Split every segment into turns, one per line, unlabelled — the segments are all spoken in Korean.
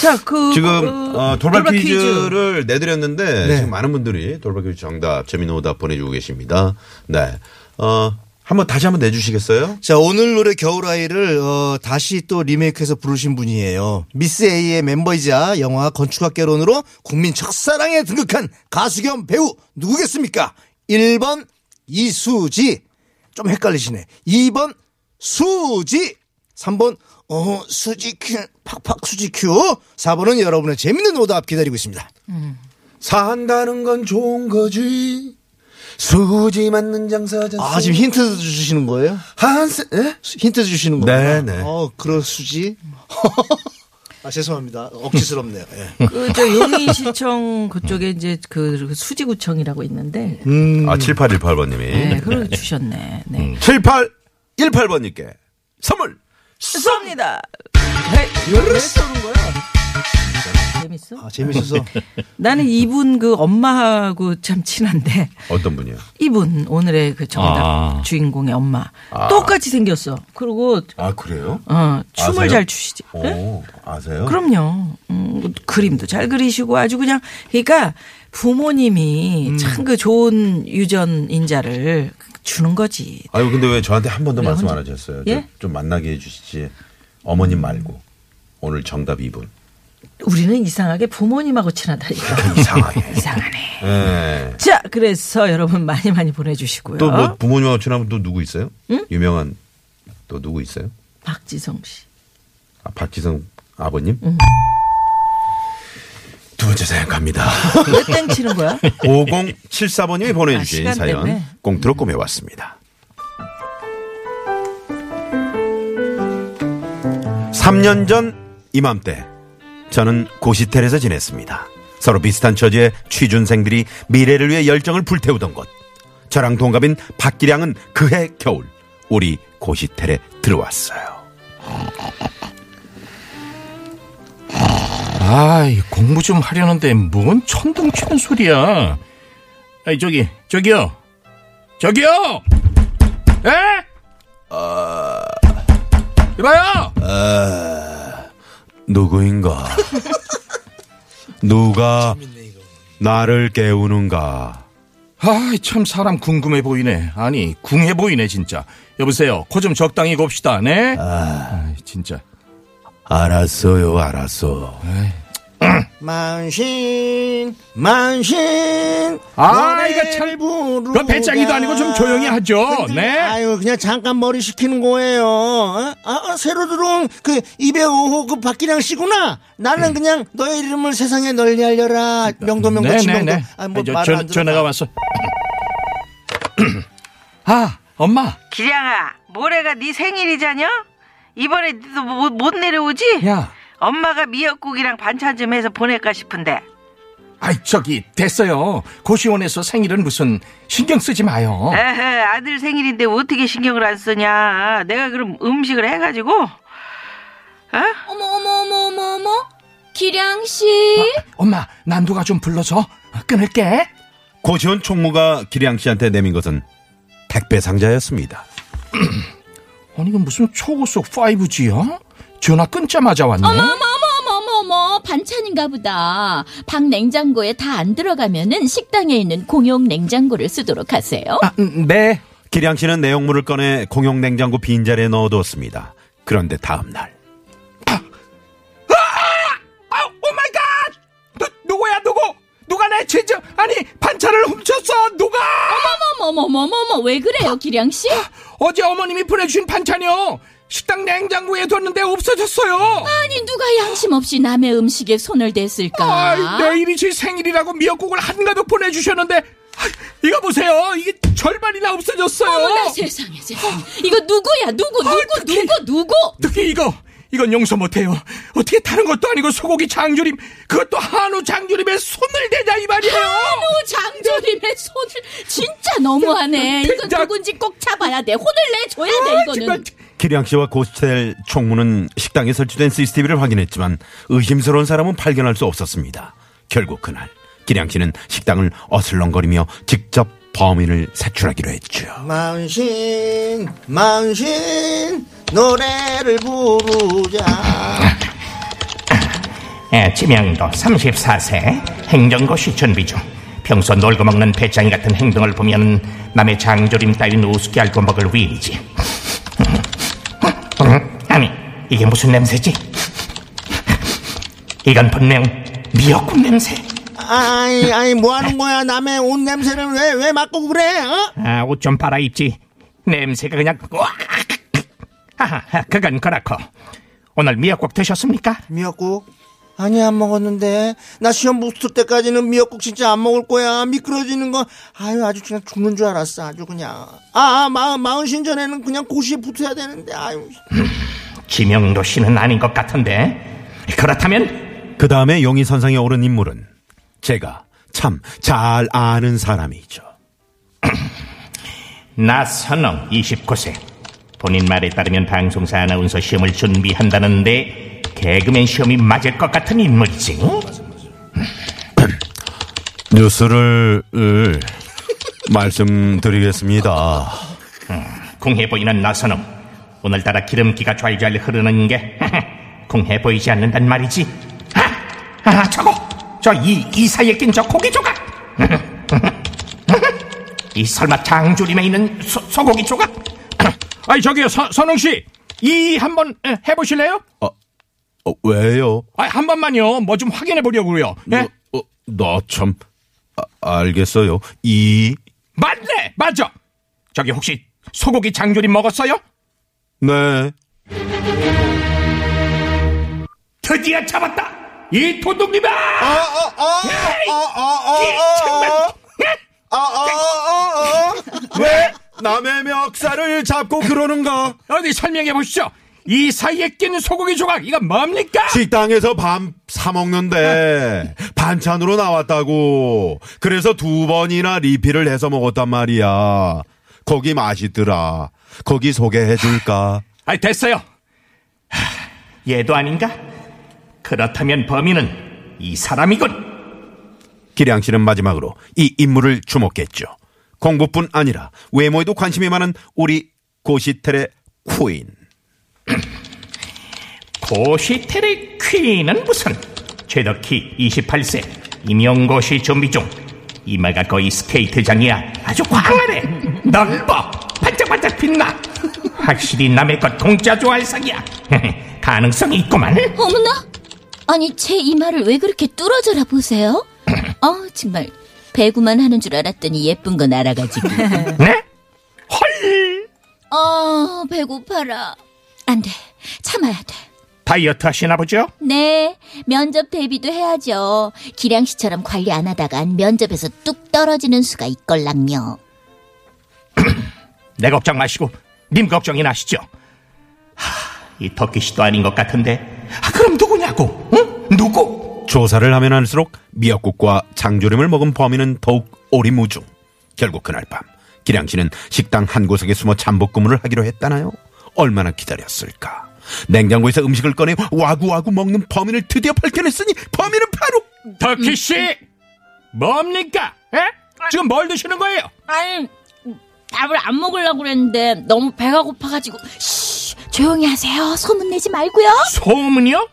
자, 그
지금
그,
어, 돌발, 퀴즈를 내드렸는데
네.
지금 많은 분들이 돌발 퀴즈 정답, 재미있는 오답 보내주고 계십니다. 네. 어, 한번 다시 한번 내주시겠어요?
자 오늘 노래 겨울아이를 어, 다시 또 리메이크해서 부르신 분이에요. 미스 A의 멤버이자 영화 건축학개론으로 국민 첫사랑에 등극한 가수 겸 배우 누구겠습니까? 1번 이수지 좀 헷갈리시네. 2번 수지 3번 어 수지큐 팍팍 수지큐 4번은 여러분의 재밌는 오답 기다리고 있습니다.
네,
산다는 건 좋은 거지. 수지 맞는 장사자.
아 지금 힌트 주시는 거예요?
한세. 예?
수- 힌트 주시는 거구나.
네, 네.
어, 그럴 수지. 아, 죄송합니다. 억지스럽네요. 예.
그저 용인시청 그쪽에 이제 그 수지구청이라고 있는데
아 7818번님이
음. 네, 그걸 주셨네. 네.
음. 7818번님께 선물.
쏩니다. 왜, 왜 쏘는 거야? 재밌어?
아, 재밌어서.
나는 이분 그 엄마하고 참 친한데
어떤 분이요?
이분 오늘의 그 정답
아.
주인공의 엄마 똑같이 생겼어. 그리고
아 그래요?
어, 춤을
아세요?
잘 추시지. 네?
오 아세요?
그럼요. 음, 그림도 잘 그리시고 아주 그냥 그러니까 부모님이
음.
참 그 좋은 유전인자를 주는 거지.
아유 근데 왜 저한테 한 번도
왜
말씀
혼자-
안 하셨어요?
네, 예?
저- 좀 만나게 해주시지. 어머님 말고 오늘 정답 2분.
우리는 이상하게 부모님하고 친하다니까.
그러니까 이상하게.
이상하네.
예.
자, 그래서 여러분 많이 많이 보내주시고요.
또 뭐 부모님하고 친하면 또 누구 있어요? 유명한 또 누구 있어요?
박지성 씨.
아, 박지성 아버님? 두 번째 사연 갑니다.
몇땡 치는 거야?
5074번님이 보내주신
아, 시간
사연
때문에.
꽁트로 꾸며왔습니다. 3년 전 이맘때 저는 고시텔에서 지냈습니다. 서로 비슷한 처지의 취준생들이 미래를 위해 열정을 불태우던 곳. 저랑 동갑인 박기량은 그해 겨울 우리 고시텔에 들어왔어요.
아이, 공부 좀 하려는데 뭔 천둥 치는 소리야. 아이, 저기, 저기요. 저기요! 에?
아.
이봐요!
누구인가? 누가 나를 깨우는가?
아이, 참 사람 궁금해 보이네. 아니, 궁해 보이네, 진짜. 여보세요. 코 좀 적당히 곱시다, 네? 아이, 진짜.
알았어요, 알았어.
만신, 만신.
아,
노래
이거 참-
부르가.
그거 배짱이도 아니고 좀 조용히 하죠.
근데,
네.
뭐 아유, 그냥 잠깐 머리 식히는 거예요. 어? 아, 아, 새로 들어온 그 205호 그 박기량 씨구나. 나는
음.
그냥 너의 이름을 세상에 널리 알려라. 명도 명도 지명도. 아, 뭐
네, 아이, 저,
말을
전-
안 들어.
전화가 왔어. 아, 엄마.
기량아, 모레가 네 생일이잖여? 이번에 너도 못, 못 내려오지?
야.
엄마가 미역국이랑 반찬 좀 해서 보낼까 싶은데.
아이 저기 됐어요 고시원에서 생일은 무슨 신경 쓰지 마요
에헤, 아들 생일인데 어떻게 신경을 안 쓰냐. 내가 그럼 음식을 해가지고.
어머 어머 어머 어머 어머 기량 씨
엄마 난도가 좀 불러서 끊을게
고시원 총무가 기량 씨한테 내민 것은 택배 상자였습니다.
아니 이건 무슨 초고속 5G야? 전화 끊자마자 왔네
어머 어머 어머 어머 어머 어머 반찬인가 보다 방 냉장고에 다 안 들어가면은 식당에 있는 공용 냉장고를 쓰도록 하세요
아, 음, 네
기량 씨는 내용물을 꺼내 공용 냉장고 빈자리에 넣어두었습니다. 그런데 다음 날.
아,
차를 훔쳤어 누가
어머머머머머머 왜 그래요 기량 씨?
어제 어머님이 보내주신 반찬이요 식당 냉장고에 뒀는데 없어졌어요
아니 누가 양심 없이 남의 음식에 손을
아,
댔을까?
내일이 제 생일이라고 미역국을 한가득 보내주셨는데 아, 이거 보세요 이게 절반이나
어머나
없어졌어요
세상에 세상에 이거 누구야 누구 누구
어떡해.
누구 누구?
특히 이거 이건 용서 못해요 어떻게 다른 것도 아니고 소고기 장조림 그것도 한우 장조림에 손을 대자 이 말이에요
한우 장조림의 손을 진짜 너무하네 이건
나-
누군지 꼭 잡아야 돼 혼을 내줘야 돼
아, 정말.
네, 이거는
기량 씨와 고스텔 총무는 식당에 설치된 CCTV를 확인했지만 의심스러운 사람은 발견할 수 없었습니다. 결국 그날 기량 씨는 식당을 어슬렁거리며 직접 범인을 색출하기로 했죠. 예?
만신 만신 노래를 부르자
예, 지명도 34세 행정고시 준비 중 평소 놀고 먹는 배짱이 같은 행동을 보면 남의 장조림 따윈 우습게 알고 먹을 위이지 아니 이게 무슨 냄새지? 이건 분명 미역국 냄새
아이 아이 뭐 하는 거야 남의 옷 냄새를 왜 왜 맡고 그래 어?
아, 옷 좀 빨아입지 냄새가 그냥 와 하하, 그건 그렇고 오늘 미역국 드셨습니까?
미역국 아니 안 먹었는데 나 시험 붙을 때까지는 미역국 진짜 안 먹을 거야 미끄러지는 거 아유 아주 그냥 죽는 줄 알았어 아주 그냥 아, 아 마흔 마흔 신전에는 그냥 고시에 붙어야 되는데 아유
지명도 씨는 아닌 것 같은데 그렇다면
그 다음에 용의 선상에 오른 인물은 제가 참 잘 아는 사람이죠.
나선홍 29세 본인 말에 따르면 방송사 아나운서 시험을 준비한다는데 개그맨 시험이 맞을 것 같은 인물이지
뉴스를 을, 말씀드리겠습니다. 어,
궁해 보이는 나선홍 오늘따라 기름기가 좔좔 흐르는 게 궁해 보이지 않는단 말이지 아, 아 저거 저 이 이 사이에 낀 저 고기 조각 이 설마 장조림에 있는 소, 소고기 조각
아니 저기요 서, 선웅 씨이 한번 예, 해보실래요?
어, 왜요?
아, 한 번만요. 뭐 좀 확인해 보려고요. 예?
어, 나 참, 아, 알겠어요. 이,
맞네, 맞아. 저기 혹시 소고기 장조림 먹었어요?
네.
드디어 잡았다. 이 도둑님아!
왜 남의 멱살을 잡고 그러는가?
어디 설명해 보시죠. 이 사이에 낀 소고기 조각 이건 뭡니까?
식당에서 밤 사먹는데 반찬으로 나왔다고. 그래서 두 번이나 리필을 해서 먹었단 말이야. 거기 맛있더라. 거기 소개해줄까?
아, 됐어요.
얘도 아닌가? 그렇다면 범인은 이 사람이군
기량 씨는 마지막으로 이 인물을 주목했죠. 공부뿐 아니라 외모에도 관심이 많은 우리 고시텔의 쿠인.
고시텔의 퀸은 무슨 최덕희 28세 임용고시 준비 중 이마가 거의 스케이트장이야 아주 광활해 넓어 반짝반짝 빛나 확실히 남의 것 공짜 좋아할 상이야 가능성이 있구만
어머나 아니 제 이마를 왜 그렇게 뚫어져라 보세요 어 정말 배구만 하는 줄 알았더니 예쁜 건 알아가지고
네? 헐
아 배고파라 안돼 참아야 돼
다이어트 하시나 보죠?
네, 면접 대비도 해야죠. 기량 씨처럼 관리 안 하다간 면접에서 뚝 떨어지는 수가 있걸랑요.
내 걱정 마시고 님 걱정이나 하시죠 하, 이 덕희 씨도 아닌 것 같은데 아, 그럼 누구냐고 응? 누구?
조사를 하면 할수록 미역국과 장조림을 먹은 범인은 더욱 오리무중. 결국 그날 밤 기량 씨는 식당 한 구석에 숨어 잠복근무를 하기로 했다나요? 얼마나 기다렸을까? 냉장고에서 음식을 꺼내 와구와구 먹는 범인을 드디어 밝혀냈으니 범인은 바로
덕희 씨,
음,
뭡니까? 예? 지금 뭘 드시는 거예요?
아니, 밥을 안 먹으려고 그랬는데 너무 배가 고파가지고. 쉬, 조용히 하세요. 소문내지 말고요.
소문이요?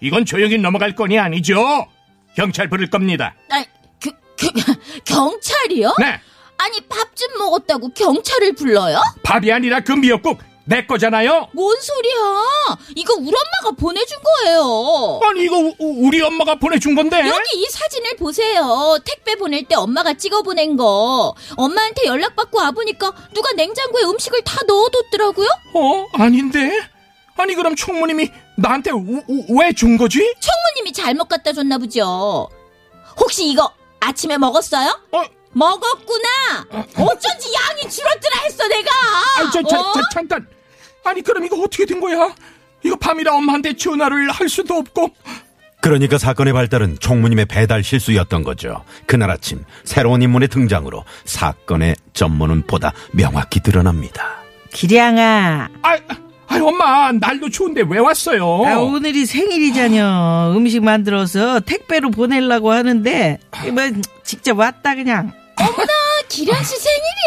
이건 조용히 넘어갈 건이 아니죠. 경찰 부를 겁니다.
아, 그, 그, 경찰이요?
네,
아니, 밥 좀 먹었다고 경찰을 불러요?
밥이 아니라 그 미역국
내 거잖아요.
뭔 소리야? 이거 우리 엄마가 보내준 거예요.
아니 이거 우- 우리 엄마가 보내준 건데.
여기 이 사진을 보세요. 택배 보낼 때 엄마가 찍어 보낸 거. 엄마한테 연락받고 와보니까 누가 냉장고에 음식을 다 넣어뒀더라고요?
어 아닌데. 아니 그럼 총무님이 나한테 왜 준 거지?
총무님이 잘못 갖다 줬나 보죠. 혹시 이거 아침에 먹었어요?
어,
먹었구나. 어쩐지 양이 줄었더라 했어 내가.
아, 저, 저,
어?
저, 잠깐. 아니 그럼 이거 어떻게 된 거야? 이거 밤이라 엄마한테 전화를 할 수도 없고.
그러니까 사건의 발달은 총무님의 배달 실수였던 거죠. 그날 아침 새로운 인물의 등장으로 사건의 전모는 보다 명확히 드러납니다.
기량아,
아, 아 엄마 날도 추운데 왜 왔어요?
아, 오늘이 생일이잖여. 음식 만들어서 택배로 보내려고 하는데 뭐 직접 왔다 그냥.
아, 기란 씨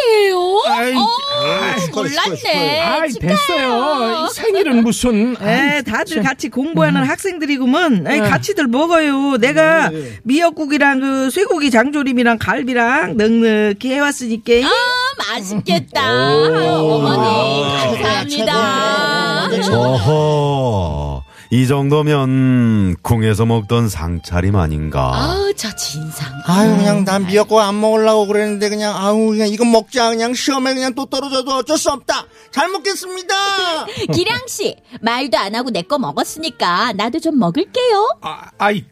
생일이에요.
아이,
어,
아이, 축하해, 축하해,
몰랐네.
축하해.
아이, 됐어요. 이 생일은 무슨. 아이,
에, 예, 다들 같이 공부하는 학생들이구먼. 에이, 같이들 먹어요. 내가 미역국이랑 그 쇠고기 장조림이랑 갈비랑 넉넉히 해왔으니까.
아, 맛있겠다. 어. 아유,
네,
어머니 감사합니다.
어허. 이 정도면 궁에서 먹던 상차림 아닌가.
아우 저 진상.
아유 그냥 난 미역국 안 먹으려고 그랬는데 그냥 아우 그냥 이거 먹자 그냥 시험에 그냥 또 떨어져도 어쩔 수 없다 잘 먹겠습니다
기량 씨 말도 안 하고 내 거 먹었으니까 나도 좀 먹을게요.
아, 아이,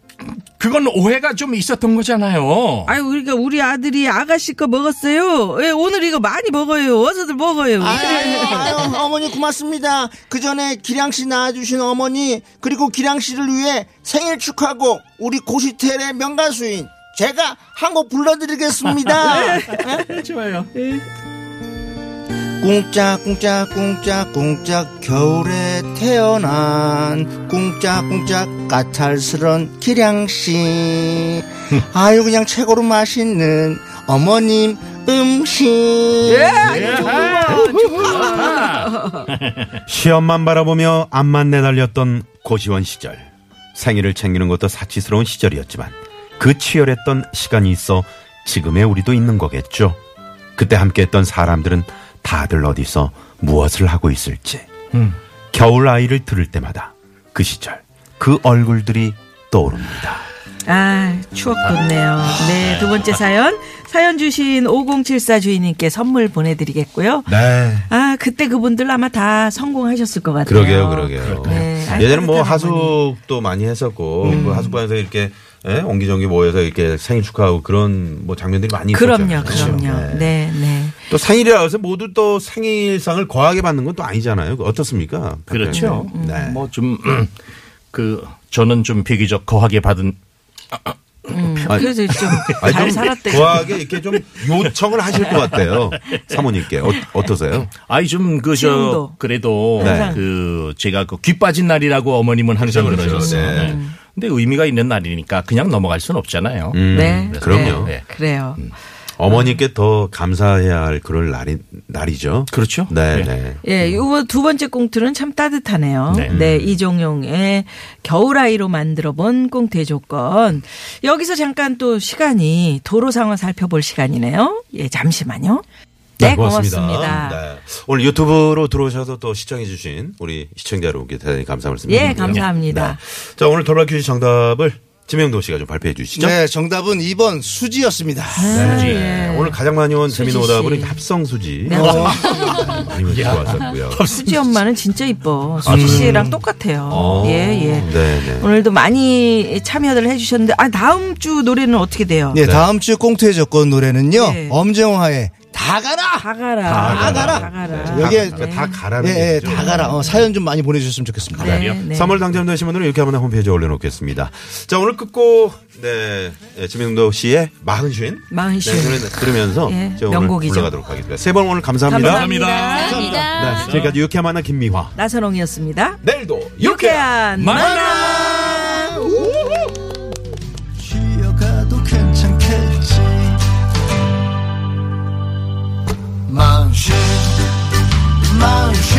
그건 오해가 좀 있었던 거잖아요.
아유, 그러니까 우리 아들이 아가씨 거 먹었어요. 예, 오늘 이거 많이 먹어요. 어서들 먹어요.
아유, 아유, 아유, 어머니 고맙습니다 그 전에 기량 씨 낳아주신 어머니 그리고 기량 씨를 위해 생일 축하하고 우리 고시텔의 명가수인 제가 한 곡 불러드리겠습니다
네,
좋아요.
꿍짝꿍짝 꿍짝꿍짝 겨울에 태어난 꿍짝꿍짝 까탈스런 기량씨 아유 그냥 최고로 맛있는 어머님 음식
예!
예.
시험만 바라보며 앞만 내달렸던 고시원 시절. 생일을 챙기는 것도 사치스러운 시절이었지만 그 치열했던 시간이 있어 지금의 우리도 있는 거겠죠. 그때 함께했던 사람들은 다들 어디서 무엇을 하고 있을지. 겨울 아이를 들을 때마다 그 시절 그 얼굴들이 떠오릅니다.
아, 추억 돋네요. 네, 두 번째 사연. 사연 주신 5074 주인님께 선물 보내드리겠고요.
네.
아, 그때 그분들 아마 다 성공하셨을 것 같아요.
그러게요, 그러게요.
네, 아이,
예전에 뭐
따뜻한 어머니. 음.
하숙도 많이 했었고 그 하숙반에서 이렇게 예? 옹기종기 모여서 이렇게 생일 축하하고 그런 뭐 장면들이 많이
그럼요,
있었잖아요. 그렇죠.
그럼요. 네, 네.
또 생일이라 해서 모두 또 생일상을 거하게 받는 건 또 아니잖아요. 그 어떻습니까?
그렇죠.
음,
네. 네.
뭐 좀, 그, 저는 좀 비교적 거하게 받은.
그래서
아, 아니,
좀잘
좀
살았대.
거하게 이렇게 좀 요청을 하실 것 같아요. 사모님께. 어, 떠세요
아이, 좀, 그, 저,
지금도.
그래도,
네.
그, 제가 그 귀 빠진 날이라고 어머님은 항상
그렇죠,
그러셨어요.
그렇죠. 네.
네. 근데 의미가 있는 날이니까 그냥 넘어갈 수는 없잖아요.
음.
네.
그럼요.
네, 그래요.
어머니께 더 감사해야 할 그럴 날이, 날이죠.
그렇죠.
네,
네.
네.
예, 요번 두 번째 꽁트는 참 따뜻하네요.
네.
네, 이종용의 겨울아이로 만들어 본 꽁트의 조건. 여기서 잠깐 또 시간이 도로 상황 살펴볼 시간이네요. 예, 잠시만요. 네, 고맙습니다.
네. 오늘 유튜브로 들어오셔서 또 시청해주신 우리 시청자 여러분께 대단히 감사 말씀드립니다. 네.
예, 감사합니다.
자, 오늘 돌발 퀴즈 정답을 지명도 씨가 좀 발표해 주시죠.
네 정답은 2번 수지였습니다
수지. 네, 오늘 가장 많이 온 재미있는
수지 씨.
오답은 합성 수지.
네.
어, 많이 좋았었고요.
수지 엄마는 진짜 이뻐. 수지 씨랑 똑같아요.
어.
예, 예.
네, 네.
오늘도 많이 참여들 해주셨는데, 아, 다음 주 노래는 어떻게 돼요?
네 다음 주 꽁트의 조건 노래는요
예.
네.
엄정화의 다 가라
다 가라.
다 가라.
다 가라.
네. 여기에
그러니까 다 가라는
예, 예,
얘기죠.
다 가라 어, 사연 좀 많이 보내주셨으면 좋겠습니다
네, 네.
3월 당첨되신 분들은 이렇게 한번 홈페이지에 올려놓겠습니다. 자, 오늘 끝고, 네, 예, 지명도 씨의 마흔쉰.
마흔쉰.
네, 노래 들으면서
예,
제가 오늘
명곡이죠.
불러가도록 하겠습니다. 세 번 오늘 감사합니다.
감사합니다.
감사합니다.
네, 지금까지 유쾌한 만나 김미화.
나선홍이었습니다.
내일도
네, 유쾌한 만남.
쉬어가도 괜찮겠지 마음씨 마음씨